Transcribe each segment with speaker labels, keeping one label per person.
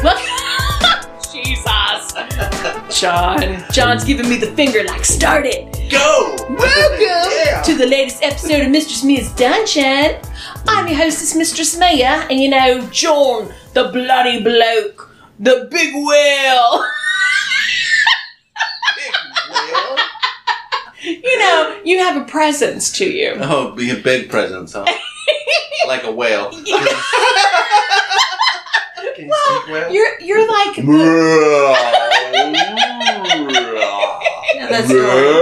Speaker 1: John. John's giving me the finger like, start it.
Speaker 2: Go!
Speaker 1: Welcome
Speaker 2: Yeah.
Speaker 1: to the latest episode of Mistress Mia's Dungeon. I'm your hostess, Mistress Mia, and you know, John, the bloody bloke, the big whale.
Speaker 2: Big whale.
Speaker 1: You know, you have a presence to you.
Speaker 2: Oh, be a big presence, huh? like a whale. Can you speak whale?
Speaker 1: You're you're like the,
Speaker 2: Now
Speaker 1: that's good.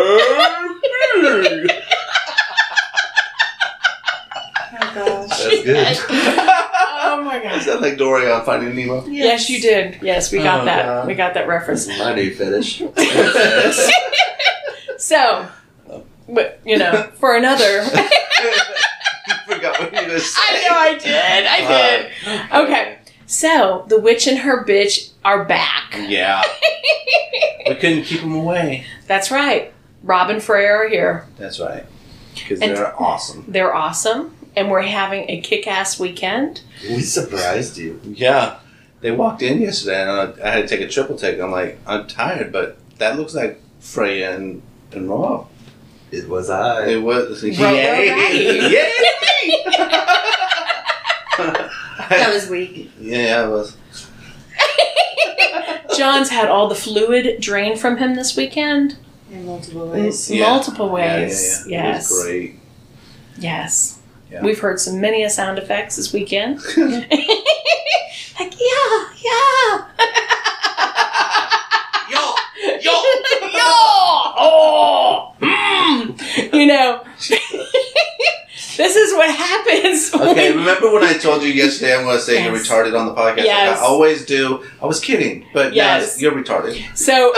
Speaker 3: Oh gosh.
Speaker 2: That's good.
Speaker 1: Oh my
Speaker 2: Is
Speaker 1: gosh.
Speaker 2: that like Dory on Finding Nemo?
Speaker 1: Yes, you did. Yes, we got
Speaker 2: Oh,
Speaker 1: that.
Speaker 2: God.
Speaker 1: We got that reference.
Speaker 2: My new fetish. Yes.
Speaker 1: So, but you know, for another,
Speaker 2: you forgot what you were going to say.
Speaker 1: I know I did. I did.
Speaker 2: Uh,
Speaker 1: Okay. So, the witch and her bitch are back.
Speaker 2: Yeah. we couldn't keep them away.
Speaker 1: That's right. Rob and Freya are here.
Speaker 2: That's right. Because
Speaker 1: And-
Speaker 2: they're awesome.
Speaker 1: They're awesome, and we're having a kick-ass weekend.
Speaker 4: We surprised you.
Speaker 2: Yeah. They walked in yesterday and I, I had to take a triple take. I'm like, I'm tired, but that looks like Freya and, and Rob.
Speaker 4: It was I.
Speaker 2: It was.
Speaker 1: Rob, alright.
Speaker 2: yeah.
Speaker 3: That was weak.
Speaker 2: Yeah, it was.
Speaker 1: John's had all the fluid drained from him this weekend
Speaker 3: In multiple ways.
Speaker 1: in
Speaker 2: Yeah.
Speaker 1: multiple
Speaker 2: Yeah, yeah,
Speaker 1: ways.
Speaker 2: yeah.
Speaker 1: Yes.
Speaker 2: It was great.
Speaker 1: Yes.
Speaker 2: Yeah.
Speaker 1: We've heard so many a sound effects this weekend. like, yeah, yeah.
Speaker 2: Yo!
Speaker 1: Yo! Yo! Oh! Mm. You know, this is what happens.
Speaker 2: Okay,
Speaker 1: when-
Speaker 2: remember when I told you yesterday I'm going to say
Speaker 1: Yes.
Speaker 2: you're retarded on the podcast?
Speaker 1: Yes.
Speaker 2: Like I always do. I was kidding, but
Speaker 1: Yes.
Speaker 2: yes. you're retarded.
Speaker 1: So,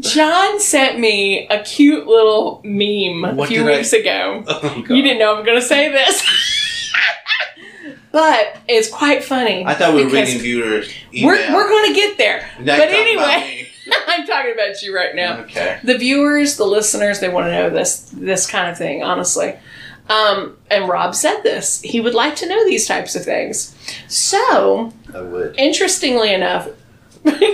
Speaker 1: John. John sent me a cute little meme a
Speaker 2: What
Speaker 1: few
Speaker 2: did I-
Speaker 1: weeks ago.
Speaker 2: Oh,
Speaker 1: You didn't know I'm going to say this. but it's quite funny.
Speaker 2: I thought we were
Speaker 1: because
Speaker 2: reading viewers' email.
Speaker 1: We're, we're going to get there.
Speaker 2: Now
Speaker 1: but
Speaker 2: you're talking about
Speaker 1: anyway. I'm talking about you right
Speaker 2: me.
Speaker 1: now.
Speaker 2: Okay.
Speaker 1: the viewers, the listeners, they want to know this this kind of thing, honestly. Um, and Rob said this. He would like to know these types of things. So,
Speaker 2: I would.
Speaker 1: interestingly enough, John sent
Speaker 2: I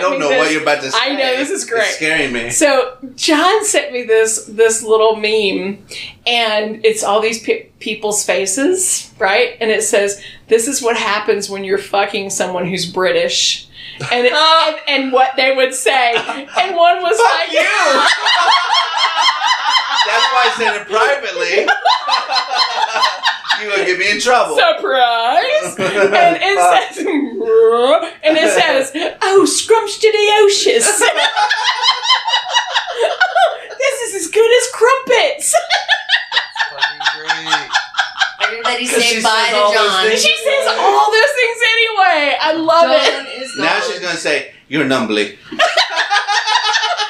Speaker 2: don't
Speaker 1: me
Speaker 2: know
Speaker 1: this.
Speaker 2: what you're about to say.
Speaker 1: I know, this is great.
Speaker 2: It's scaring me.
Speaker 1: So John sent me this this little meme, and it's all these pe- people's faces, right? And it says, "This is what happens when you're fucking someone who's British," and it, and, and what they would say. And one was like,
Speaker 2: you! That's why I said it privately. you gonna get me in trouble.
Speaker 1: Surprise! and it says, and it says, oh, scrumptious. this is as good as crumpets.
Speaker 3: Mm. Everybody
Speaker 2: Because she
Speaker 3: say bye
Speaker 2: says all
Speaker 3: to
Speaker 2: those
Speaker 3: John.
Speaker 2: things.
Speaker 1: She says all those things anyway. I love
Speaker 3: John is gone.
Speaker 2: now she's gonna say you're numbly.
Speaker 1: it.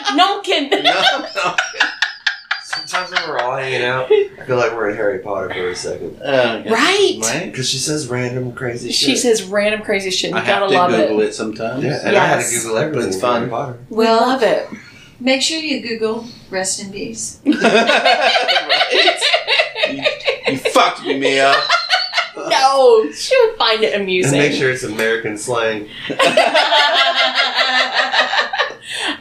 Speaker 1: Numpkin.
Speaker 2: No, no.
Speaker 4: Sometimes when we're all hanging out, I feel like we're in Harry Potter for a second.
Speaker 1: Right.
Speaker 2: Right.
Speaker 4: Because she says random crazy shit.
Speaker 1: She says random crazy shit. You
Speaker 2: I
Speaker 1: gotta
Speaker 2: have
Speaker 1: love
Speaker 2: to
Speaker 1: it.
Speaker 2: Google it, sometimes.
Speaker 4: Yeah, and I had
Speaker 1: Yes.
Speaker 4: to Google everything.
Speaker 2: It's
Speaker 4: in
Speaker 2: fun.
Speaker 4: Harry Potter.
Speaker 1: We
Speaker 3: Well-
Speaker 1: love it.
Speaker 3: Make sure you Google rest in peace.
Speaker 2: Right? you, you fucked me, Mia.
Speaker 1: no, she'll find it
Speaker 4: And
Speaker 1: amusing.
Speaker 4: make sure it's American slang.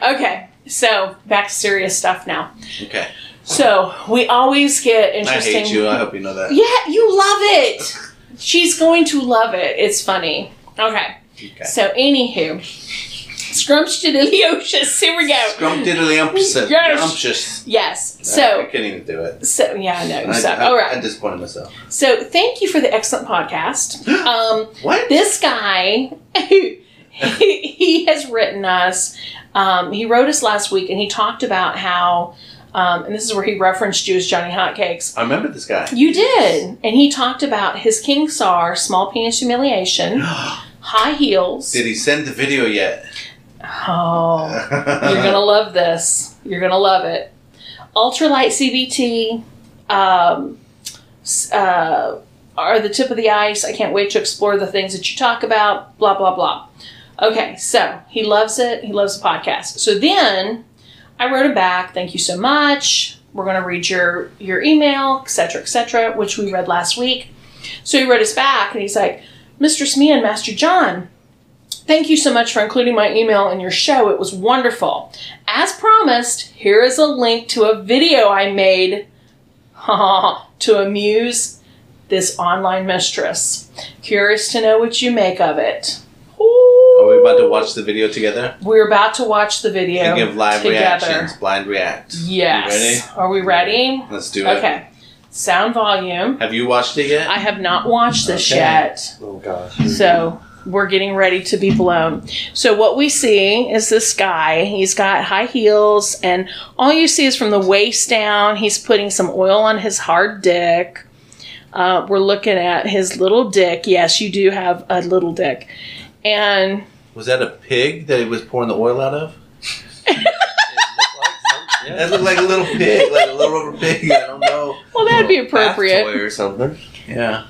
Speaker 1: okay, so back to serious stuff now.
Speaker 2: Okay.
Speaker 1: So we always get
Speaker 2: I
Speaker 1: interesting.
Speaker 2: hate you. I hope you know that.
Speaker 1: Yeah, you love it. She's going to love it. It's funny. Okay.
Speaker 2: Okay.
Speaker 1: So, anywho, scrumptious. Here we go.
Speaker 2: Scrumptiddlyumptious.
Speaker 1: Yes.
Speaker 2: Umptious.
Speaker 1: yes.
Speaker 2: I
Speaker 1: So,
Speaker 2: couldn't even do it.
Speaker 1: so yeah, no.
Speaker 2: I,
Speaker 1: So,
Speaker 2: I,
Speaker 1: all
Speaker 2: I
Speaker 1: right.
Speaker 2: disappointed myself.
Speaker 1: So, thank you for the excellent podcast. Um,
Speaker 2: What?
Speaker 1: this guy, he, he has written us. Um, he wrote us last week, and he talked about how, um, and this is where he referenced you as Johnny Hotcakes.
Speaker 2: I remember this guy.
Speaker 1: You did. And he talked about his King Sar, small penis humiliation, high heels.
Speaker 2: Did he send the video yet?
Speaker 1: Oh, you're going to love this. You're going to love it. Ultralight CBT, um, s- uh, are the tip of the ice. I can't wait to explore the things that you talk about, blah, blah, blah. Okay, so he loves it. He loves the podcast. So then I wrote him back, thank you so much. We're going to read your, your email, et cetera, et cetera, which we read last week. So he wrote us back and he's like, Mistress Mia and Master John, Thank you so much for including my email in your show. It was wonderful. As promised, here is a link to a video I made to amuse this online mistress. Curious to know what you make of it.
Speaker 2: Are we about to watch the video together?
Speaker 1: We're about to watch the video
Speaker 2: and give live
Speaker 1: together.
Speaker 2: reactions. Blind react.
Speaker 1: Yes. Are we ready?
Speaker 2: Let's do it.
Speaker 1: Okay. Sound volume.
Speaker 2: Have you watched it yet?
Speaker 1: I have not watched this
Speaker 2: Okay.
Speaker 1: yet.
Speaker 4: Oh gosh.
Speaker 1: So we're getting ready to be blown. So what we see is this guy. He's got high heels, and all you see is from the waist down. He's putting some oil on his hard dick. Uh, we're looking at his little dick. Yes, you do have a little dick, and
Speaker 2: Was that a pig that he was pouring the oil out of? That looked like a little pig, like a little rubber pig. I don't know.
Speaker 1: well, that'd be
Speaker 2: Oh,
Speaker 4: Little bath
Speaker 1: appropriate.
Speaker 4: toy or something.
Speaker 2: Yeah.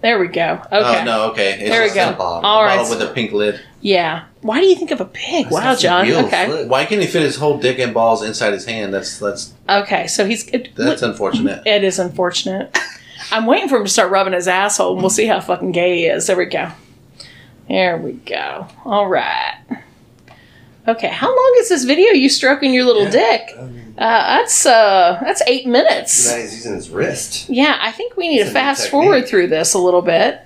Speaker 1: There we go. Okay.
Speaker 2: Oh no. Okay. It's
Speaker 1: There we
Speaker 2: just
Speaker 1: go.
Speaker 2: a bottle,
Speaker 1: All right.
Speaker 2: bottle with a pink lid.
Speaker 1: Yeah. Why do you think of a pig?
Speaker 4: That's
Speaker 1: Wow,
Speaker 4: got some
Speaker 1: John.
Speaker 4: heels.
Speaker 1: Okay.
Speaker 4: Look.
Speaker 2: Why can't he fit his whole dick and balls inside his hand? That's that's
Speaker 1: Okay. So he's. it-
Speaker 2: that's unfortunate.
Speaker 1: It is unfortunate. I'm waiting for him to start rubbing his asshole, and we'll see how fucking gay he is. There we go. There we go. All right. Okay, how long is this video? You stroking your little
Speaker 4: Yeah.
Speaker 1: dick?
Speaker 4: I mean,
Speaker 1: Uh, that's uh, that's eight minutes.
Speaker 4: now he's using his wrist.
Speaker 1: Yeah, I think we need
Speaker 4: It's
Speaker 1: to
Speaker 4: a new
Speaker 1: fast
Speaker 4: technique.
Speaker 1: forward through this a little bit.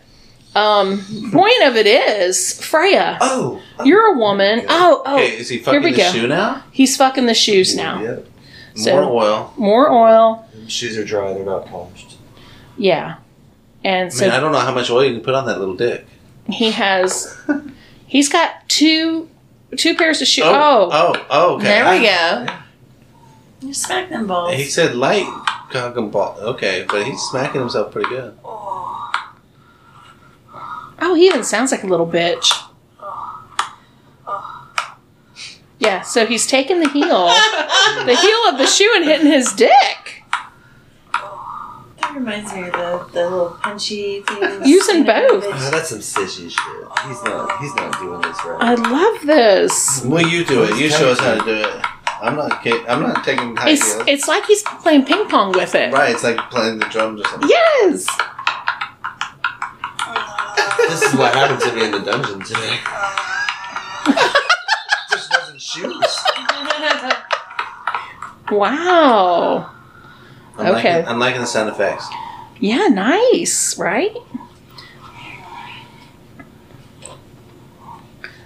Speaker 1: Um, point of it is, Freya,
Speaker 4: Oh,
Speaker 1: you're a woman. Oh, oh,
Speaker 2: Okay, is he
Speaker 1: here
Speaker 2: fucking
Speaker 1: we
Speaker 2: the
Speaker 1: go.
Speaker 2: shoe now?
Speaker 1: he's fucking the shoes now.
Speaker 4: Yep.
Speaker 1: So-
Speaker 2: More oil.
Speaker 1: More oil.
Speaker 4: Shoes are dry; they're not polished.
Speaker 1: Yeah, and
Speaker 2: I
Speaker 1: so
Speaker 2: mean, I don't know how much oil you can put on that little dick.
Speaker 1: He has. He's got two two pairs of shoes.
Speaker 2: Oh,
Speaker 1: Oh,
Speaker 2: oh, oh, okay.
Speaker 3: There we
Speaker 4: Ah,
Speaker 3: go. You smack them balls.
Speaker 2: He said light cock and ball. Okay, but he's smacking himself pretty good.
Speaker 1: oh, he even sounds like a little bitch. Yeah, so he's taking the heel, the heel of the shoe, and hitting his dick,
Speaker 3: That reminds me of the, the little punchy things.
Speaker 1: using both.
Speaker 4: Ah, that's some sissy shit. He's not. He's not doing this right.
Speaker 1: I love this.
Speaker 2: Well, you do it. You show us how to do it. I'm not. ki- I'm not taking high
Speaker 1: It's
Speaker 2: heels.
Speaker 1: it's like he's playing ping pong with it.
Speaker 2: Right, it's like playing the drums or something.
Speaker 1: Yes.
Speaker 4: this is what happened to me in the dungeon today. Just wasn't shoes.
Speaker 1: Wow.
Speaker 2: I'm
Speaker 1: Okay.
Speaker 2: Liking, I'm liking the sound effects.
Speaker 1: Yeah, nice, right?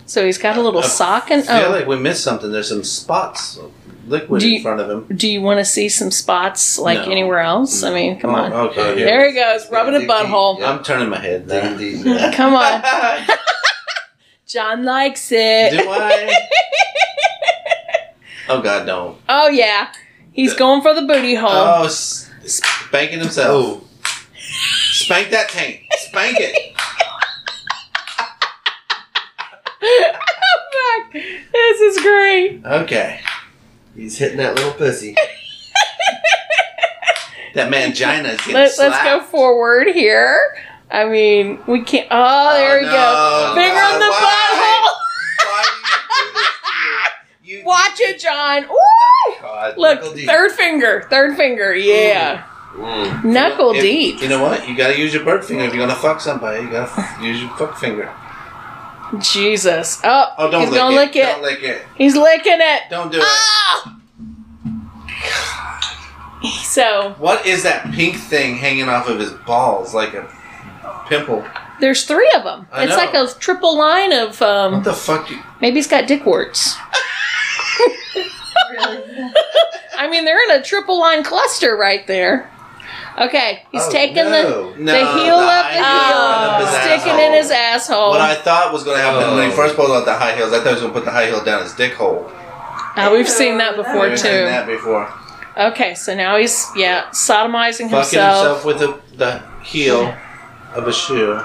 Speaker 1: So he's got a little
Speaker 2: I
Speaker 1: sock and
Speaker 2: Uh, I feel
Speaker 1: oh,
Speaker 2: like we missed something. There's some spots of liquid
Speaker 1: Do you-
Speaker 2: in front of him.
Speaker 1: do you want to see some spots like
Speaker 2: No.
Speaker 1: anywhere else? I mean, come
Speaker 2: Oh,
Speaker 1: on.
Speaker 2: Okay. here.
Speaker 1: There he goes,
Speaker 4: Yeah,
Speaker 1: rubbing a
Speaker 4: dig
Speaker 1: butthole.
Speaker 4: deep, yeah.
Speaker 2: I'm turning my head. now.
Speaker 4: Dig deep, yeah.
Speaker 1: Come
Speaker 2: Do
Speaker 1: on.
Speaker 2: I?
Speaker 1: John likes it.
Speaker 2: Oh God, don't.
Speaker 1: oh yeah. He's going for the booty hole.
Speaker 2: Oh, s- spanking himself. Spank that tank. Spank it.
Speaker 1: oh fuck. This is great.
Speaker 2: Okay.
Speaker 4: He's hitting that little pussy.
Speaker 2: That mangina is getting
Speaker 1: Let, let's
Speaker 2: slapped.
Speaker 1: go forward here. I mean, we can't Oh, there we
Speaker 2: Oh, no.
Speaker 1: go. Finger on the
Speaker 2: Why?
Speaker 1: butthole.
Speaker 2: Why do you do this to me? You-
Speaker 1: Watch it, John. Woo!
Speaker 2: God.
Speaker 1: Look,
Speaker 4: Knuckle deep.
Speaker 1: third finger, third finger. Yeah,
Speaker 4: Mm.
Speaker 1: knuckle
Speaker 2: If-
Speaker 1: deep.
Speaker 2: You know what? You gotta use your bird finger if you're gonna fuck somebody. You gotta f- use your fuck finger.
Speaker 1: Jesus. Oh,
Speaker 2: Oh, don't
Speaker 1: he's
Speaker 2: lick
Speaker 1: gonna
Speaker 2: it.
Speaker 1: lick it.
Speaker 2: Don't lick it.
Speaker 1: He's licking it.
Speaker 2: Don't do it.
Speaker 1: Ah! So
Speaker 2: What is that pink thing hanging off of his balls like a pimple?
Speaker 1: there's three of them.
Speaker 2: I
Speaker 1: it's
Speaker 2: know.
Speaker 1: like a triple line of.
Speaker 2: What
Speaker 1: Um,
Speaker 2: the fuck? You-
Speaker 1: maybe he's got dick warts.
Speaker 3: Really?
Speaker 1: I mean, they're in a triple line cluster right there. Okay, he's
Speaker 4: Oh,
Speaker 1: taking the.
Speaker 4: no.
Speaker 2: No,
Speaker 1: the heel up,
Speaker 2: high
Speaker 1: the,
Speaker 2: heel
Speaker 1: oh,
Speaker 2: went up his
Speaker 1: sticking
Speaker 2: asshole.
Speaker 1: in his asshole.
Speaker 2: What I thought was going to happen when he
Speaker 4: Oh.
Speaker 2: first pulled out the high heels, I thought he was going to put the high heel down his dick hole.
Speaker 1: oh, we've seen that before
Speaker 2: I've
Speaker 1: too.
Speaker 2: seen that before.
Speaker 1: Okay, so now he's yeah sodomizing
Speaker 2: Fucking
Speaker 1: himself.
Speaker 2: himself with the, the heel of a shoe.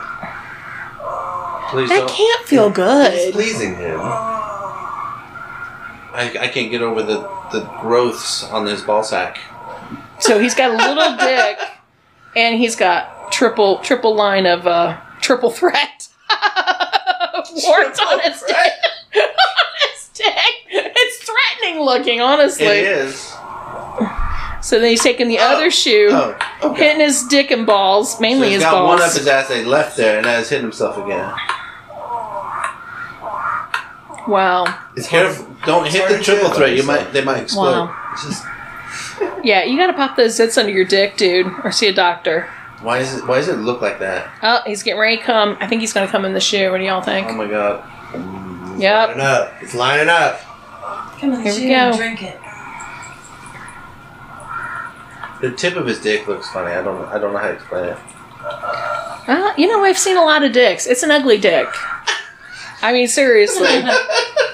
Speaker 2: Please
Speaker 1: That
Speaker 2: don't.
Speaker 1: can't feel
Speaker 4: It's
Speaker 1: good.
Speaker 4: pleasing him.
Speaker 2: I, I can't get over the, the growths on his ball sack.
Speaker 1: So he's got a little dick, and he's got triple triple line of uh, triple threat warts on his dick. on his dick. It's threatening looking, honestly.
Speaker 2: It is.
Speaker 1: So then he's taking the other shoe,
Speaker 2: Oh, okay.
Speaker 1: hitting his dick and balls,
Speaker 2: So
Speaker 1: mainly
Speaker 2: he's
Speaker 1: his
Speaker 2: got
Speaker 1: balls.
Speaker 2: one up his ass that he left there, and now he's hitting himself again.
Speaker 1: Wow.
Speaker 4: It's
Speaker 2: Careful! Don't
Speaker 4: It's
Speaker 2: hit
Speaker 4: hard
Speaker 2: the
Speaker 4: to
Speaker 2: triple
Speaker 4: do.
Speaker 2: threat. You might. They might explode.
Speaker 1: Wow.
Speaker 4: It's just
Speaker 1: Yeah, you gotta pop those zits under your dick, dude, or see a doctor.
Speaker 2: Why is it? Why does it look like that?
Speaker 1: Oh, he's getting ready to come. I think he's gonna come in the shoe. What do y'all
Speaker 2: Oh
Speaker 1: think?
Speaker 2: my god!
Speaker 1: Yep.
Speaker 4: lining up. It's lining up.
Speaker 3: Come in the
Speaker 1: Here we
Speaker 3: shoe and
Speaker 1: go.
Speaker 3: drink it.
Speaker 2: The tip of his dick looks funny. I don't. I don't know how to explain it.
Speaker 1: Well, Uh, you know, I've seen a lot of dicks. It's an ugly dick. I mean, seriously,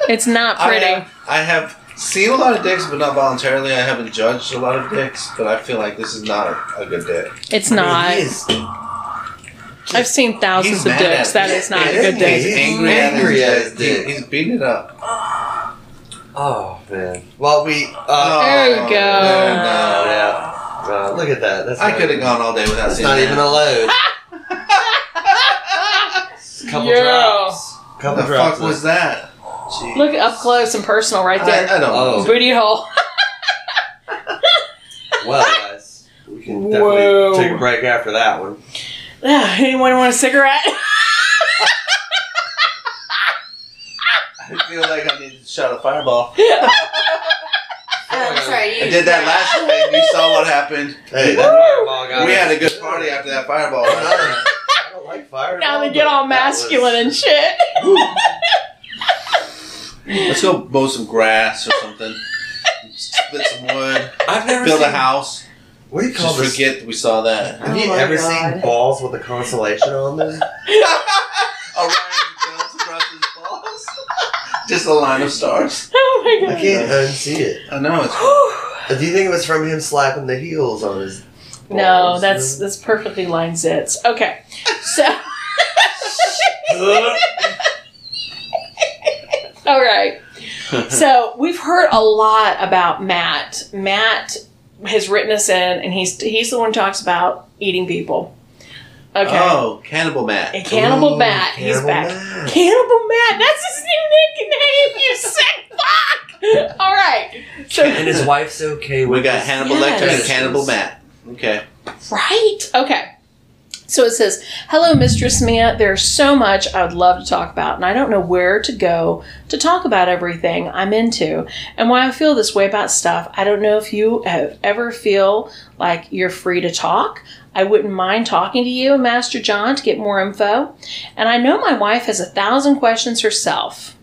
Speaker 1: it's not
Speaker 2: I
Speaker 1: pretty.
Speaker 2: have, I have seen a lot of dicks, but not voluntarily. I haven't judged a lot of dicks, but I feel like this is not a, a good dick.
Speaker 1: It's
Speaker 4: I mean,
Speaker 1: not.
Speaker 4: he is
Speaker 1: I've seen thousands
Speaker 2: He's
Speaker 1: of
Speaker 2: mad at
Speaker 1: dicks.
Speaker 2: it.
Speaker 1: That is not a
Speaker 4: Isn't
Speaker 1: good
Speaker 4: he?
Speaker 1: dick.
Speaker 2: He's
Speaker 4: He's
Speaker 2: angry,
Speaker 4: angry
Speaker 2: at
Speaker 4: at
Speaker 2: his
Speaker 4: his
Speaker 2: dick.
Speaker 4: dick.
Speaker 2: He- he's beating it up.
Speaker 4: Oh man. Well, we. Uh,
Speaker 1: There you
Speaker 2: Oh,
Speaker 1: go.
Speaker 4: oh,
Speaker 2: man,
Speaker 4: yeah. Uh, look at that. That's
Speaker 2: no. I
Speaker 4: not
Speaker 2: could have
Speaker 4: even-
Speaker 2: gone all day without
Speaker 4: That's
Speaker 2: seeing
Speaker 4: not
Speaker 2: that.
Speaker 4: even a load. It's a couple
Speaker 1: Yo.
Speaker 4: drops.
Speaker 2: What
Speaker 4: Couple
Speaker 2: the
Speaker 4: drops.
Speaker 2: fuck was that?
Speaker 4: Jeez.
Speaker 1: Look up close and personal right
Speaker 2: I,
Speaker 1: there.
Speaker 2: I don't
Speaker 4: Oh.
Speaker 2: know.
Speaker 1: Booty hole.
Speaker 4: Well, guys, we can definitely
Speaker 1: Whoa.
Speaker 4: take a break after that one.
Speaker 1: Ah, Anyone want a cigarette?
Speaker 2: I feel like I need to shot a fireball.
Speaker 3: Oh, I'm sorry. You
Speaker 2: I did that last night. You saw what happened.
Speaker 4: Hey,
Speaker 1: Woo!
Speaker 4: that fireball guy.
Speaker 2: We had a good party after that fireball.
Speaker 4: I don't like fireball.
Speaker 1: now they get all
Speaker 4: but that
Speaker 1: masculine
Speaker 4: was-
Speaker 1: and shit.
Speaker 2: Let's go mow some grass or something. Split some wood.
Speaker 4: I've never
Speaker 2: Build
Speaker 4: seen,
Speaker 2: a house.
Speaker 4: What do you call
Speaker 2: Just
Speaker 4: this?
Speaker 2: forget that we saw that.
Speaker 4: Have you
Speaker 3: Oh my
Speaker 4: ever
Speaker 3: God.
Speaker 4: seen balls with a constellation on them?
Speaker 2: Orion builds across his balls. Just a line of stars.
Speaker 1: Oh
Speaker 4: I
Speaker 1: my god.
Speaker 4: can't unsee it. Uh,
Speaker 2: I know it's
Speaker 4: Do you think it was from him slapping the heels on his?
Speaker 1: No,
Speaker 4: balls?
Speaker 1: that's that's perfectly line zits. Okay, so all right. So we've heard a lot about Matt. Matt has written us in, and he's he's the one who talks about eating people. Okay,
Speaker 2: Oh, Cannibal Matt.
Speaker 1: and Cannibal
Speaker 4: Ooh,
Speaker 1: Matt, he's
Speaker 4: Cannibal
Speaker 1: back.
Speaker 4: Matt.
Speaker 1: Cannibal Matt, that's his new nickname. You sick fuck. All right, so
Speaker 4: And his wife's okay with
Speaker 2: We got
Speaker 4: this.
Speaker 2: Hannibal
Speaker 1: Yes.
Speaker 2: Lecter and Cannibal Matt. Okay.
Speaker 1: Right? Okay. So it says, Hello, Mistress Mia. There's so much I would love to talk about, and I don't know where to go to talk about everything I'm into and why I feel this way about stuff. I don't know if you have ever feel like you're free to talk. I wouldn't mind talking to you and Master John to get more info. And I know my wife has a thousand questions herself.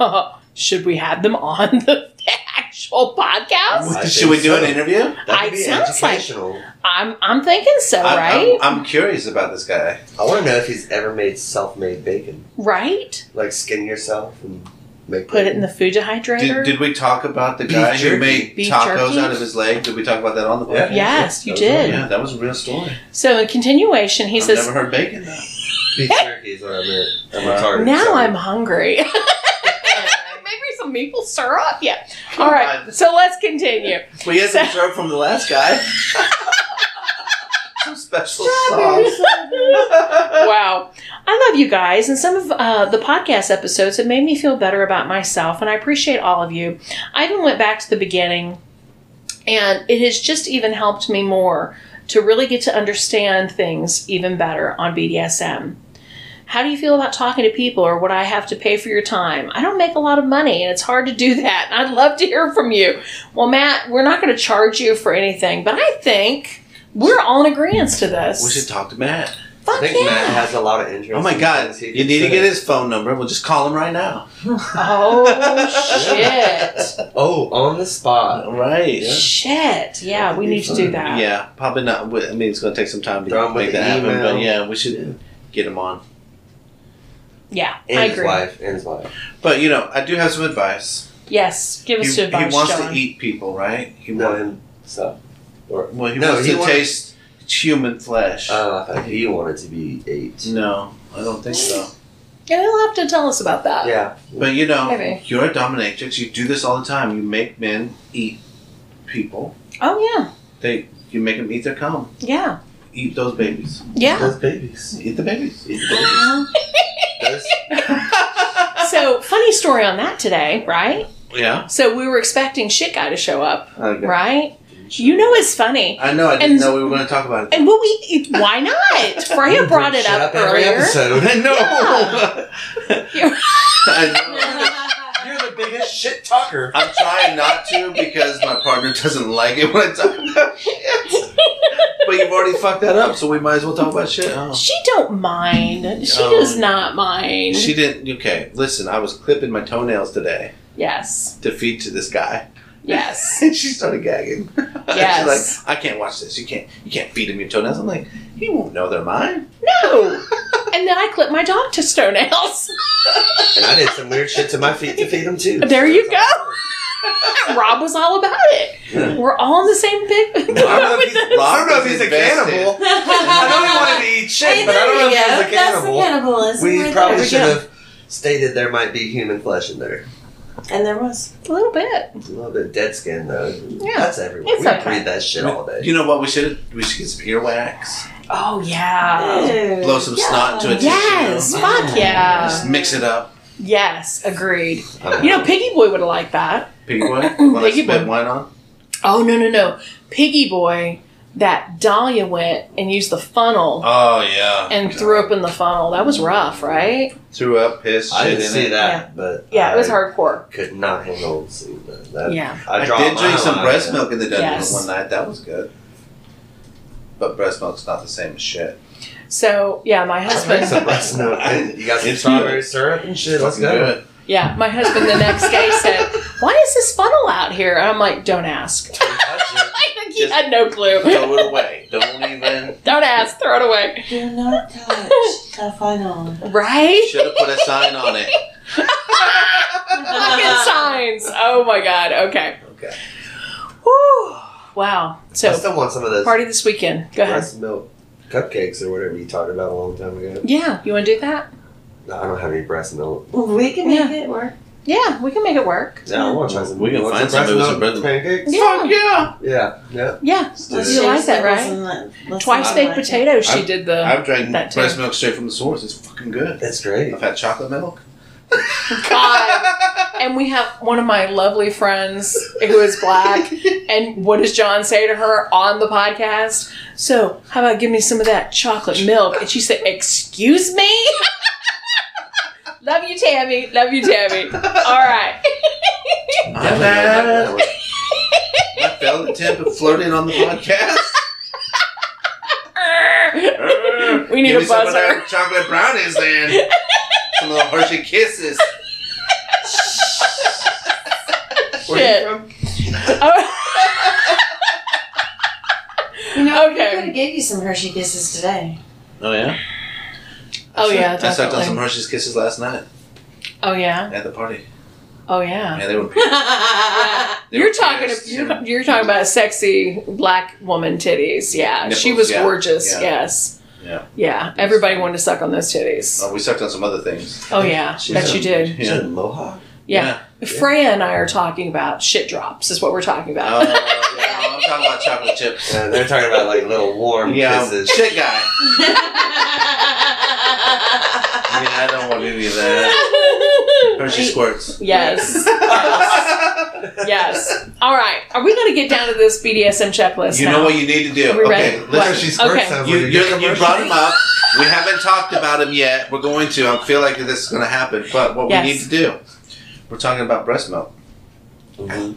Speaker 1: Should we have them on the actual podcast?
Speaker 4: I
Speaker 2: Should we
Speaker 4: think
Speaker 2: do
Speaker 4: so.
Speaker 2: an interview?
Speaker 4: That
Speaker 1: I-
Speaker 4: could be
Speaker 1: sounds like-
Speaker 4: educational.
Speaker 1: I'm I'm thinking so,
Speaker 2: I'm-
Speaker 1: right?
Speaker 2: I'm, I'm curious about this guy.
Speaker 4: I want to know if he's ever made self-made bacon,
Speaker 1: right?
Speaker 4: like skin yourself and make
Speaker 1: put it in the food dehydrator.
Speaker 2: Did, did we talk about the
Speaker 4: Beef
Speaker 2: guy who
Speaker 4: jerky.
Speaker 2: made
Speaker 1: Beef
Speaker 2: tacos
Speaker 1: jerky?
Speaker 2: out of his leg? Did we talk about that on the
Speaker 4: Yeah.
Speaker 2: podcast?
Speaker 1: yes, you
Speaker 4: That was
Speaker 1: did.
Speaker 2: Yeah, that was a real story.
Speaker 1: So in continuation, he
Speaker 2: I've
Speaker 1: says,
Speaker 2: never heard bacon though.
Speaker 4: beef jerky is what I meant. I'm retarded.
Speaker 1: "Now
Speaker 4: sorry.
Speaker 1: I'm hungry. Maybe some maple syrup. Yeah. All
Speaker 2: Come
Speaker 1: right.
Speaker 2: on.
Speaker 1: So let's continue.
Speaker 2: We had some
Speaker 1: So-
Speaker 2: syrup from the last guy. some special
Speaker 3: Strawberry
Speaker 2: sauce.
Speaker 1: wow. I love you guys, and some of uh, the podcast episodes have made me feel better about myself, and I appreciate all of you. I even went back to the beginning, and it has just even helped me more to really get to understand things even better on BDSM. How do you feel about talking to people, or would I have to pay for your time? I don't make a lot of money, and it's hard to do that. and I'd love to hear from you. Well, Matt, we're not going to charge you for anything, but I think we're all in agreement to this.
Speaker 2: We should talk to Matt.
Speaker 1: Fuck
Speaker 4: I think
Speaker 1: yeah.
Speaker 4: Matt has a lot of interest.
Speaker 2: Oh my god, you need to get his phone number. We'll just call him right now.
Speaker 1: Oh shit!
Speaker 4: Oh, on the spot.
Speaker 2: All right. Yeah.
Speaker 1: Shit! Yeah, we need to do that.
Speaker 2: Yeah, probably not. wi- I mean, it's going to take some time to
Speaker 4: Throw him
Speaker 2: make
Speaker 4: with the
Speaker 2: that happen,
Speaker 4: email.
Speaker 2: but yeah, we should get him on.
Speaker 1: Yeah,
Speaker 4: And
Speaker 1: I
Speaker 4: his
Speaker 1: agree.
Speaker 4: wife. And his wife.
Speaker 2: But you know, I do have some advice.
Speaker 1: Yes, give
Speaker 2: He,
Speaker 1: us
Speaker 2: he
Speaker 1: your advice,
Speaker 2: wants
Speaker 1: John.
Speaker 2: to eat people, right? He
Speaker 4: No,
Speaker 2: wants.
Speaker 4: him. So. Or,
Speaker 2: Well, he
Speaker 4: No,
Speaker 2: wants
Speaker 4: he
Speaker 2: to
Speaker 4: wanted-
Speaker 2: taste human flesh.
Speaker 4: oh, I thought he wanted to be eight.
Speaker 2: no, I don't think so.
Speaker 1: Yeah, he'll have to tell us about that.
Speaker 4: Yeah.
Speaker 2: But you know,
Speaker 1: Maybe.
Speaker 2: you're a dominatrix. You do this all the time. You make men eat people.
Speaker 1: Oh
Speaker 2: They you make them eat their cum.
Speaker 1: yeah,
Speaker 2: Eat those babies.
Speaker 1: yeah,
Speaker 4: Those babies.
Speaker 2: Eat the babies. Eat the babies.
Speaker 1: yeah.
Speaker 4: Those,
Speaker 1: so funny story on that today, right?
Speaker 2: Yeah.
Speaker 1: So we were expecting shit guy to show up,
Speaker 2: Okay.
Speaker 1: right? You know it's funny.
Speaker 2: I know. I didn't
Speaker 1: And-
Speaker 2: know we were going to talk about it.
Speaker 1: And what we why not? Freya
Speaker 4: you
Speaker 1: brought
Speaker 4: bring
Speaker 1: it
Speaker 4: shit
Speaker 1: up
Speaker 4: every
Speaker 1: earlier.
Speaker 4: episode.
Speaker 2: I know.
Speaker 1: Yeah.
Speaker 2: I know.
Speaker 4: a shit talker.
Speaker 2: I'm trying not to because my partner doesn't like it when I talk about shit. But you've already fucked that up, so we might as well talk about shit. Oh.
Speaker 1: She don't mind. She
Speaker 2: No.
Speaker 1: does not mind.
Speaker 2: She didn't. Okay, listen. I was clipping my toenails today
Speaker 1: yes.
Speaker 2: to feed to this guy,
Speaker 1: Yes.
Speaker 2: and she started gagging.
Speaker 1: Yes.
Speaker 2: She's like, I can't watch this. You can't. You can't feed him your toenails. I'm like, he won't know they're mine.
Speaker 1: no. And then I clip my dog to toenails.
Speaker 4: And I did some weird shit to my feet to feed them too.
Speaker 1: There you
Speaker 4: That's all.
Speaker 1: Rob was all about it.
Speaker 2: Yeah.
Speaker 1: We're all in the same pit.
Speaker 4: I don't know if he's, I don't know if he's a
Speaker 2: Invested.
Speaker 4: cannibal. I know he
Speaker 3: I
Speaker 4: wanted to eat shit, but I don't know if he was a
Speaker 3: That's the
Speaker 4: cannibal.
Speaker 3: cannibalism.
Speaker 4: We
Speaker 3: right
Speaker 4: probably
Speaker 3: there.
Speaker 4: should have stated there might be human flesh in there.
Speaker 3: And there was.
Speaker 1: A little bit.
Speaker 4: A little bit of dead skin though.
Speaker 1: Yeah.
Speaker 4: That's everywhere.
Speaker 1: It's
Speaker 4: we
Speaker 1: okay.
Speaker 4: breathe that shit all day.
Speaker 2: You know what? We should. We should get some earwax.
Speaker 1: Oh yeah.
Speaker 3: Ew.
Speaker 2: Blow some snot into a tissue.
Speaker 1: Yes. Fuck
Speaker 2: Just
Speaker 1: yeah.
Speaker 2: mix it up.
Speaker 1: Yes. Agreed.
Speaker 4: Um,
Speaker 1: You know, Piggy Boy would have liked that.
Speaker 2: Piggy boy. When I
Speaker 1: Piggy
Speaker 2: spit
Speaker 1: boy.
Speaker 2: wine on.
Speaker 1: Oh no no no! Piggy boy, that Dahlia went and used the funnel
Speaker 2: Oh yeah.
Speaker 1: and threw up in the funnel. That was rough, right?
Speaker 2: Threw up his shit
Speaker 4: I didn't
Speaker 2: in
Speaker 4: see
Speaker 2: it.
Speaker 4: that,
Speaker 1: Yeah.
Speaker 4: but
Speaker 1: Yeah, it was
Speaker 4: I
Speaker 1: hardcore.
Speaker 4: Could not handle seeing that. that
Speaker 1: Yeah.
Speaker 2: I,
Speaker 4: I, draw
Speaker 2: did
Speaker 4: my
Speaker 2: drink some
Speaker 4: line.
Speaker 2: breast milk in the dungeon
Speaker 1: Yes.
Speaker 2: one night. That was good. But breast milk's not the same as shit.
Speaker 1: So yeah, my
Speaker 4: I drank some
Speaker 1: husband.
Speaker 4: breast milk. and You got some
Speaker 2: It's
Speaker 4: strawberry syrup and shit. Let's
Speaker 2: Fucking
Speaker 4: go.
Speaker 2: good.
Speaker 1: Yeah, my husband the next day said, "Why is this funnel out here?" I'm like, "Don't ask."
Speaker 4: Don't touch it.
Speaker 1: I think he
Speaker 2: Just-
Speaker 1: had no clue.
Speaker 2: Throw it away. Don't even.
Speaker 1: Don't ask. Throw it away.
Speaker 3: Do not touch the final.
Speaker 1: Right?
Speaker 2: Should have put a sign on it.
Speaker 1: Fucking signs. Oh my god. Okay.
Speaker 2: Okay.
Speaker 1: Whew. Wow.
Speaker 4: I
Speaker 1: So
Speaker 4: still want some of those
Speaker 1: party this weekend. Go ahead.
Speaker 4: breast milk cupcakes or whatever you talked about a long time ago.
Speaker 1: Yeah, you want to do that?
Speaker 4: No, I don't have any breast milk.
Speaker 3: We can make
Speaker 1: Yeah.
Speaker 3: it work.
Speaker 1: Yeah, we can make it work.
Speaker 4: Yeah, I want to try some.
Speaker 2: We can
Speaker 4: want
Speaker 2: find
Speaker 4: some
Speaker 2: somebody with
Speaker 4: breast
Speaker 2: some
Speaker 4: milk
Speaker 2: breast
Speaker 4: pancakes.
Speaker 1: Yeah.
Speaker 2: Fuck yeah!
Speaker 4: Yeah, yeah.
Speaker 1: Yeah.
Speaker 2: Let's do
Speaker 1: Let's
Speaker 2: it.
Speaker 1: You do like that, right? Twice baked potatoes.
Speaker 3: potatoes.
Speaker 1: She
Speaker 2: I've-
Speaker 1: did the.
Speaker 2: I've drank
Speaker 1: That too.
Speaker 2: breast milk straight from the source. It's fucking good.
Speaker 4: That's great.
Speaker 2: I've had chocolate milk.
Speaker 1: God. And we have one of my lovely friends who is black. and what does John say to her on the podcast? So, how about give me some of that chocolate milk? And she said, Excuse me? Love you, Tammy. Love you, Tammy. All right.
Speaker 2: I
Speaker 4: Definitely
Speaker 2: had
Speaker 4: don't like that
Speaker 2: my fell attempt at flirting on the podcast.
Speaker 1: We need
Speaker 2: Give
Speaker 1: a
Speaker 2: me some of
Speaker 1: buzzer.
Speaker 2: that chocolate brownies then. some little Hershey kisses.
Speaker 4: one.
Speaker 1: Shit.
Speaker 4: Where are you from?
Speaker 1: Oh,
Speaker 3: You know,
Speaker 1: Okay.
Speaker 3: okay. could have gave you some Hershey Kisses today.
Speaker 2: Oh yeah.
Speaker 1: Oh,
Speaker 2: I
Speaker 1: yeah,
Speaker 2: sucked- I sucked on
Speaker 1: definitely.
Speaker 2: some Hershey's kisses last night
Speaker 1: oh yeah.
Speaker 2: at the party.
Speaker 1: Oh yeah.
Speaker 2: Yeah, they were. They were
Speaker 1: You're talking.
Speaker 2: pierced
Speaker 1: You're,
Speaker 2: and-
Speaker 1: you're talking about sexy black woman titties. Yeah, she
Speaker 2: Nipples,
Speaker 1: was
Speaker 2: yeah,
Speaker 1: gorgeous.
Speaker 2: yeah.
Speaker 1: Yes.
Speaker 2: Yeah.
Speaker 1: Yeah. Everybody wanted to suck on those titties.
Speaker 2: Oh, we sucked on some other things.
Speaker 1: Oh yeah,
Speaker 4: She's
Speaker 1: bet
Speaker 4: a-
Speaker 1: you did.
Speaker 4: She's
Speaker 2: Yeah.
Speaker 4: in Mohawk.
Speaker 1: Yeah. Freya and I are talking about shit drops. Is what we're talking
Speaker 2: Oh,
Speaker 1: about.
Speaker 2: yeah, I'm talking about chocolate chips.
Speaker 4: Yeah, Uh, they're talking about like little warm
Speaker 2: Yeah,
Speaker 4: kisses.
Speaker 2: shit guy. Yeah, I don't want any of that. Hershey squirts.
Speaker 1: yes.
Speaker 2: you
Speaker 1: Yes. All right. Are we going to get down to this BDSM checklist?
Speaker 2: know
Speaker 1: now?
Speaker 2: what you need to do.
Speaker 1: We
Speaker 2: okay,
Speaker 1: ready?
Speaker 2: listen.
Speaker 1: What? Okay.
Speaker 2: You, you, you brought him up. We haven't talked about him yet. We're going to. I feel like this is going to happen. But what
Speaker 1: Yes.
Speaker 2: we need to do, we're talking about breast milk.
Speaker 4: Mm-hmm.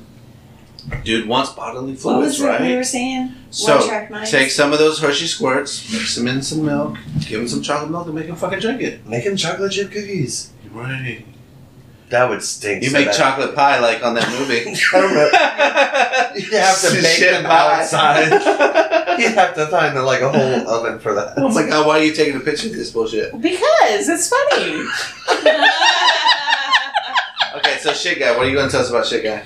Speaker 2: Dude wants bodily
Speaker 3: What was
Speaker 2: fluids,
Speaker 3: it we
Speaker 2: right?
Speaker 3: were saying? One
Speaker 2: So
Speaker 3: track minds?
Speaker 2: take some of those Hershey squirts, mix them in some milk, give him some chocolate milk, and make him fucking drink it.
Speaker 4: Make him chocolate chip cookies.
Speaker 2: Right.
Speaker 4: That would stink.
Speaker 2: You
Speaker 4: so
Speaker 2: make
Speaker 4: bad.
Speaker 2: chocolate pie like on that movie.
Speaker 4: I don't know. You'd have to
Speaker 2: Shit
Speaker 4: bake them
Speaker 2: pie.
Speaker 4: outside. You'd have to find like a whole oven for that.
Speaker 2: oh my god, why are you taking a picture of this bullshit?
Speaker 3: Because it's funny.
Speaker 2: Okay, so shit guy, what are you going to tell us about shit guy?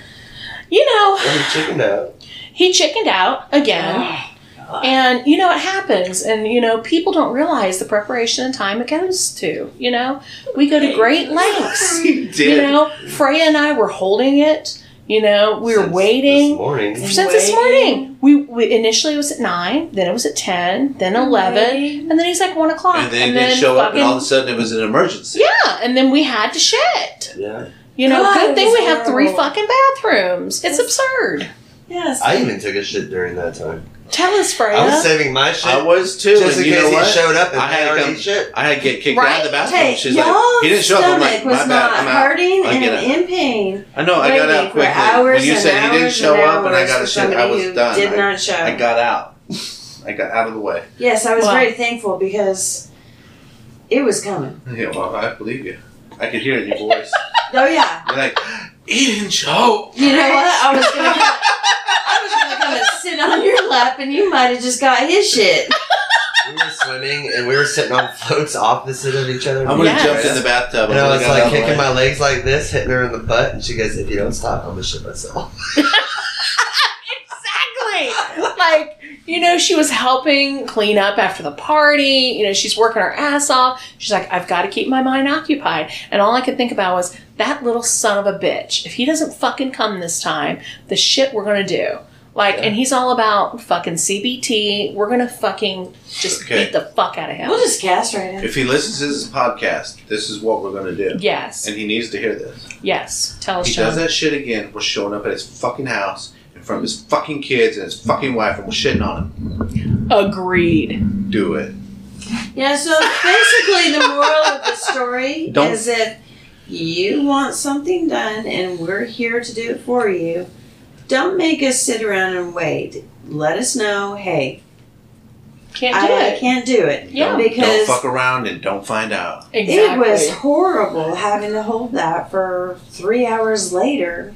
Speaker 1: You know,
Speaker 4: Let me chicken out.
Speaker 1: he chickened out
Speaker 2: Oh.
Speaker 1: again. And you know it happens, and you know people don't realize the preparation and time it goes to. You know, we go to great
Speaker 3: Um,
Speaker 1: lengths.
Speaker 2: he
Speaker 1: You
Speaker 2: did.
Speaker 1: know, Freya and I were holding it. You know, we were
Speaker 4: Since This
Speaker 1: waiting
Speaker 4: morning.
Speaker 1: since this
Speaker 3: Waiting.
Speaker 1: morning. We, we initially it was at nine, then it was at ten, then eleven,
Speaker 3: Waiting.
Speaker 1: and then he's like one o'clock,
Speaker 2: and then he didn't show up, and
Speaker 1: fucking-
Speaker 2: all of a sudden it was an emergency.
Speaker 1: yeah, and then we had to shit.
Speaker 4: Yeah.
Speaker 1: You know,
Speaker 3: God,
Speaker 1: good
Speaker 3: it
Speaker 1: thing
Speaker 3: was
Speaker 1: we have three
Speaker 3: horrible.
Speaker 1: fucking bathrooms. It's absurd.
Speaker 3: Yes.
Speaker 4: I even took a shit during that time.
Speaker 1: Tell us, Freya.
Speaker 4: I was saving my shit
Speaker 2: I was too.
Speaker 4: just in
Speaker 2: and you know
Speaker 4: case he
Speaker 2: what?
Speaker 4: showed up and
Speaker 2: I
Speaker 4: I
Speaker 2: had to
Speaker 4: already
Speaker 2: come-
Speaker 4: shit.
Speaker 2: I had to get kicked out of the bathroom.
Speaker 3: Hey,
Speaker 2: She's
Speaker 3: y'all's
Speaker 2: like, he didn't show up. I'm
Speaker 3: stomach
Speaker 2: like, my bad.
Speaker 3: was not
Speaker 2: I'm out.
Speaker 3: hurting
Speaker 2: I
Speaker 3: and
Speaker 2: get out.
Speaker 3: in pain.
Speaker 2: I know. I got
Speaker 3: waiting
Speaker 2: out
Speaker 3: for
Speaker 2: quickly.
Speaker 3: hours
Speaker 2: When you
Speaker 3: and
Speaker 2: said he didn't
Speaker 3: hours
Speaker 2: show up and I
Speaker 3: hours
Speaker 2: got a
Speaker 3: for
Speaker 2: shit, I
Speaker 3: somebody
Speaker 2: was
Speaker 3: who
Speaker 2: done.
Speaker 3: Did
Speaker 2: I-
Speaker 3: not show.
Speaker 2: I got out. I got out of the way.
Speaker 3: yes, I was
Speaker 1: Well.
Speaker 3: very thankful because it was coming.
Speaker 2: Yeah, well, I believe you. I could hear it in your voice.
Speaker 3: Oh yeah.
Speaker 2: You're like, he didn't show.
Speaker 3: You know what? I was gonna. Come, I was gonna come and sit on your lap, and you might have just got his shit.
Speaker 4: We were swimming and we were sitting on floats opposite of each other.
Speaker 2: I would have
Speaker 1: Yes.
Speaker 2: jumped in the bathtub.
Speaker 4: And I
Speaker 2: would've
Speaker 4: was
Speaker 2: got out
Speaker 4: like
Speaker 2: of the
Speaker 4: kicking
Speaker 2: way.
Speaker 4: my legs like this, hitting her in the butt, and she goes, "If you don't stop, I'm gonna shit myself."
Speaker 1: Exactly. Like, you know, she was helping clean up after the party. You know, she's working her ass off. She's like, I've got to keep my mind occupied. And all I could think about was that little son of a bitch. If he doesn't fucking come this time, the shit we're going to do. Like, and he's all about fucking CBT. We're going to fucking just
Speaker 2: Okay.
Speaker 1: beat the fuck out of him.
Speaker 3: We'll just castrate him.
Speaker 2: If he listens to this podcast, this is what we're gonna do,
Speaker 1: Yes.
Speaker 2: and he needs to hear this.
Speaker 1: Yes. Tell us,
Speaker 2: He does
Speaker 1: John.
Speaker 2: that shit again. We're showing up at his fucking house in front of his fucking kids and his fucking wife, and we're shitting on him.
Speaker 1: Agreed.
Speaker 2: Do it.
Speaker 3: Yeah. So basically, the moral of the story
Speaker 2: Don't-
Speaker 3: is if you want something done, and we're here to do it for you. Don't make us sit around and wait. Let us know. Hey,
Speaker 1: Can't do
Speaker 3: I, I
Speaker 1: it.
Speaker 3: can't do it.
Speaker 1: Yeah.
Speaker 2: Don't,
Speaker 3: Because-
Speaker 2: don't fuck around and don't find out.
Speaker 1: Exactly.
Speaker 3: It was horrible having to hold that for three hours later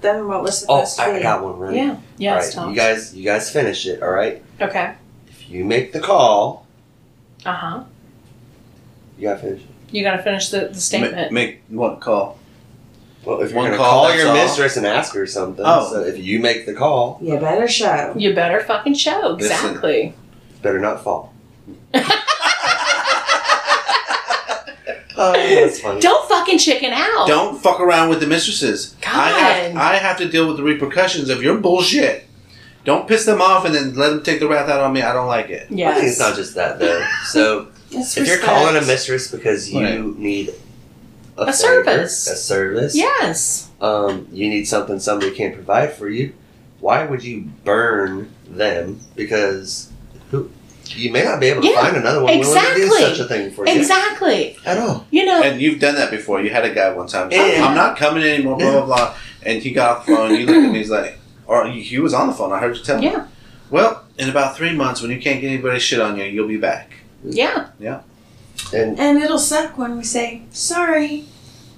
Speaker 3: than what was
Speaker 4: Oh,
Speaker 3: supposed to
Speaker 4: I
Speaker 3: be.
Speaker 4: got one right.
Speaker 1: Yeah. Yes,
Speaker 4: All right,
Speaker 1: Tom.
Speaker 4: you guys, you guys finish it. All right.
Speaker 1: okay.
Speaker 4: If you make the call,
Speaker 1: Uh huh.
Speaker 4: you gotta finish. it.
Speaker 1: You got to finish the, the statement.
Speaker 2: Ma- make one call.
Speaker 4: Well, if you're
Speaker 2: One
Speaker 4: gonna
Speaker 2: call,
Speaker 4: call, your
Speaker 2: that's all.
Speaker 4: mistress and ask her something,
Speaker 2: Oh.
Speaker 4: so if you make the call,
Speaker 3: You better show.
Speaker 1: You better fucking show.
Speaker 2: Listen.
Speaker 1: Exactly.
Speaker 4: better not fall. Oh, that's funny.
Speaker 1: Don't fucking chicken out.
Speaker 2: Don't fuck around with the mistresses. I have,
Speaker 1: Oh. God.
Speaker 2: I have to deal with the repercussions of your bullshit. Don't piss them off and then let them take the wrath out on me. I don't like it.
Speaker 4: I think
Speaker 1: Yes.
Speaker 4: it's not just that though. So
Speaker 3: It's
Speaker 4: if you're
Speaker 3: respect.
Speaker 4: calling a mistress because you
Speaker 2: Right.
Speaker 4: need a,
Speaker 1: A
Speaker 4: favor,
Speaker 1: service.
Speaker 4: a service,
Speaker 1: Yes.
Speaker 4: um, you need something somebody can't provide for you. Why would you burn them? Because who, you may not be able to
Speaker 1: Yeah,
Speaker 4: find another one willing to do
Speaker 1: exactly.
Speaker 4: such a thing for you
Speaker 1: Exactly.
Speaker 4: at all.
Speaker 1: You know.
Speaker 2: And you've done that before. You had a guy one time.
Speaker 4: Yeah.
Speaker 2: I'm not coming anymore. Blah blah blah. And he got off the phone. You looked at me. He's like, or he he was on the phone. I heard you tell him.
Speaker 1: yeah.
Speaker 2: Well, in about three months, when you can't get anybody shit on you, you'll be back.
Speaker 1: Yeah.
Speaker 4: And
Speaker 3: and it'll suck when we say sorry.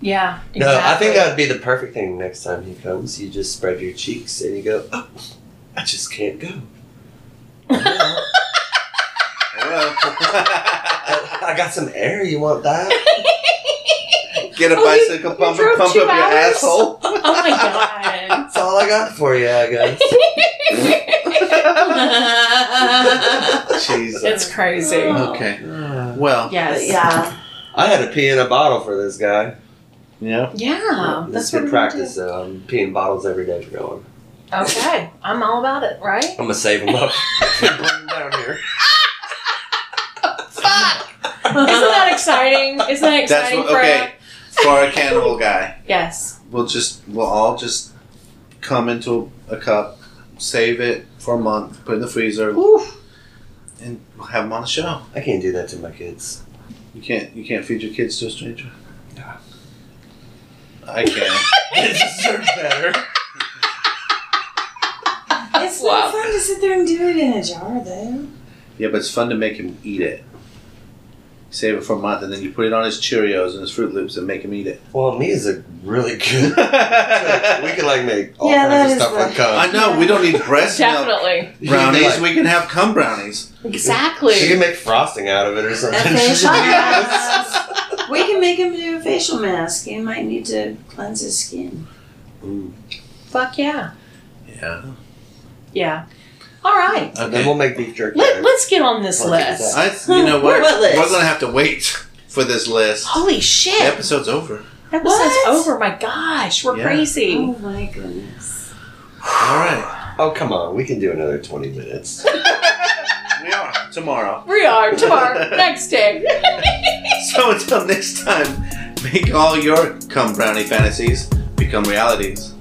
Speaker 1: Yeah. Exactly.
Speaker 4: no, I think that would be the perfect thing next time he comes. You just spread your cheeks and you go, oh, I just can't go.
Speaker 2: Well,
Speaker 4: I, I got some air. You want that?
Speaker 2: get a
Speaker 1: Oh, you-
Speaker 2: bicycle
Speaker 1: you
Speaker 2: pump
Speaker 1: drove
Speaker 2: and pump up
Speaker 1: two
Speaker 2: your
Speaker 1: hours?
Speaker 2: asshole.
Speaker 1: Oh my god.
Speaker 4: That's all I got for you, I guess.
Speaker 3: but
Speaker 4: uh,
Speaker 2: Jesus.
Speaker 1: it's crazy.
Speaker 3: Oh.
Speaker 2: Okay.
Speaker 4: Ah.
Speaker 2: Well,
Speaker 1: Yes.
Speaker 3: yeah,
Speaker 4: I had to pee in a bottle for this guy.
Speaker 2: yeah.
Speaker 3: Oh,
Speaker 1: Yeah.
Speaker 4: this
Speaker 1: That's
Speaker 4: is good
Speaker 1: what
Speaker 4: practice. Though. I'm peeing bottles every day for going.
Speaker 1: we do. Okay. I'm all about it, right?
Speaker 4: I'm gonna save them up. Bring 'em down here.
Speaker 1: Fuck. Isn't that exciting? Isn't that
Speaker 2: That's
Speaker 1: exciting
Speaker 2: what,
Speaker 1: for
Speaker 2: okay. For our cannibal guy,
Speaker 1: Yes.
Speaker 2: we'll just we'll all just come into a cup, save it for a month, put it in the freezer,
Speaker 1: Oof.
Speaker 2: and we'll have him on the show.
Speaker 4: I can't do that to my kids.
Speaker 2: You can't you can't feed your kids to a stranger. I can.
Speaker 4: They deserve better.
Speaker 3: it's
Speaker 1: Wow.
Speaker 3: not fun to sit there and do it in a jar, though.
Speaker 2: Yeah, but it's fun to make him eat it. Save it for a month, and then you put it on his Cheerios and his Fruit Loops and make him eat it.
Speaker 4: Well, me is a really good. we
Speaker 2: I
Speaker 4: could like make all
Speaker 3: Yeah,
Speaker 4: kinds of
Speaker 3: that
Speaker 4: stuff
Speaker 3: is
Speaker 4: with
Speaker 3: the-
Speaker 4: cum.
Speaker 2: know we don't need breast milk
Speaker 1: Definitely.
Speaker 2: brownies. We can have cum brownies.
Speaker 1: Exactly.
Speaker 4: She can make frosting out of it or something.
Speaker 3: A
Speaker 4: She
Speaker 3: facial
Speaker 4: should do
Speaker 1: Yes.
Speaker 4: this.
Speaker 3: mask. We can make him do a facial mask. He might need to cleanse his skin.
Speaker 1: Fuck yeah.
Speaker 2: Yeah,
Speaker 1: Yeah. All right.
Speaker 4: And then
Speaker 2: okay.
Speaker 4: we'll make beef jerky.
Speaker 1: Let, let's get on this
Speaker 4: Let's do
Speaker 1: list.
Speaker 4: that.
Speaker 2: I, you know what?
Speaker 3: What list?
Speaker 2: We're gonna have to wait for this list.
Speaker 1: Holy Oh, shit.
Speaker 2: The episode's over.
Speaker 1: Episode's
Speaker 3: What?
Speaker 1: over. My gosh, we're
Speaker 2: Yeah.
Speaker 1: crazy.
Speaker 3: Oh my goodness.
Speaker 2: All right,
Speaker 4: oh come on, we can do another twenty minutes.
Speaker 2: we are tomorrow.
Speaker 1: We are tomorrow, next day.
Speaker 2: So until next time, make all your cum brownie fantasies become realities.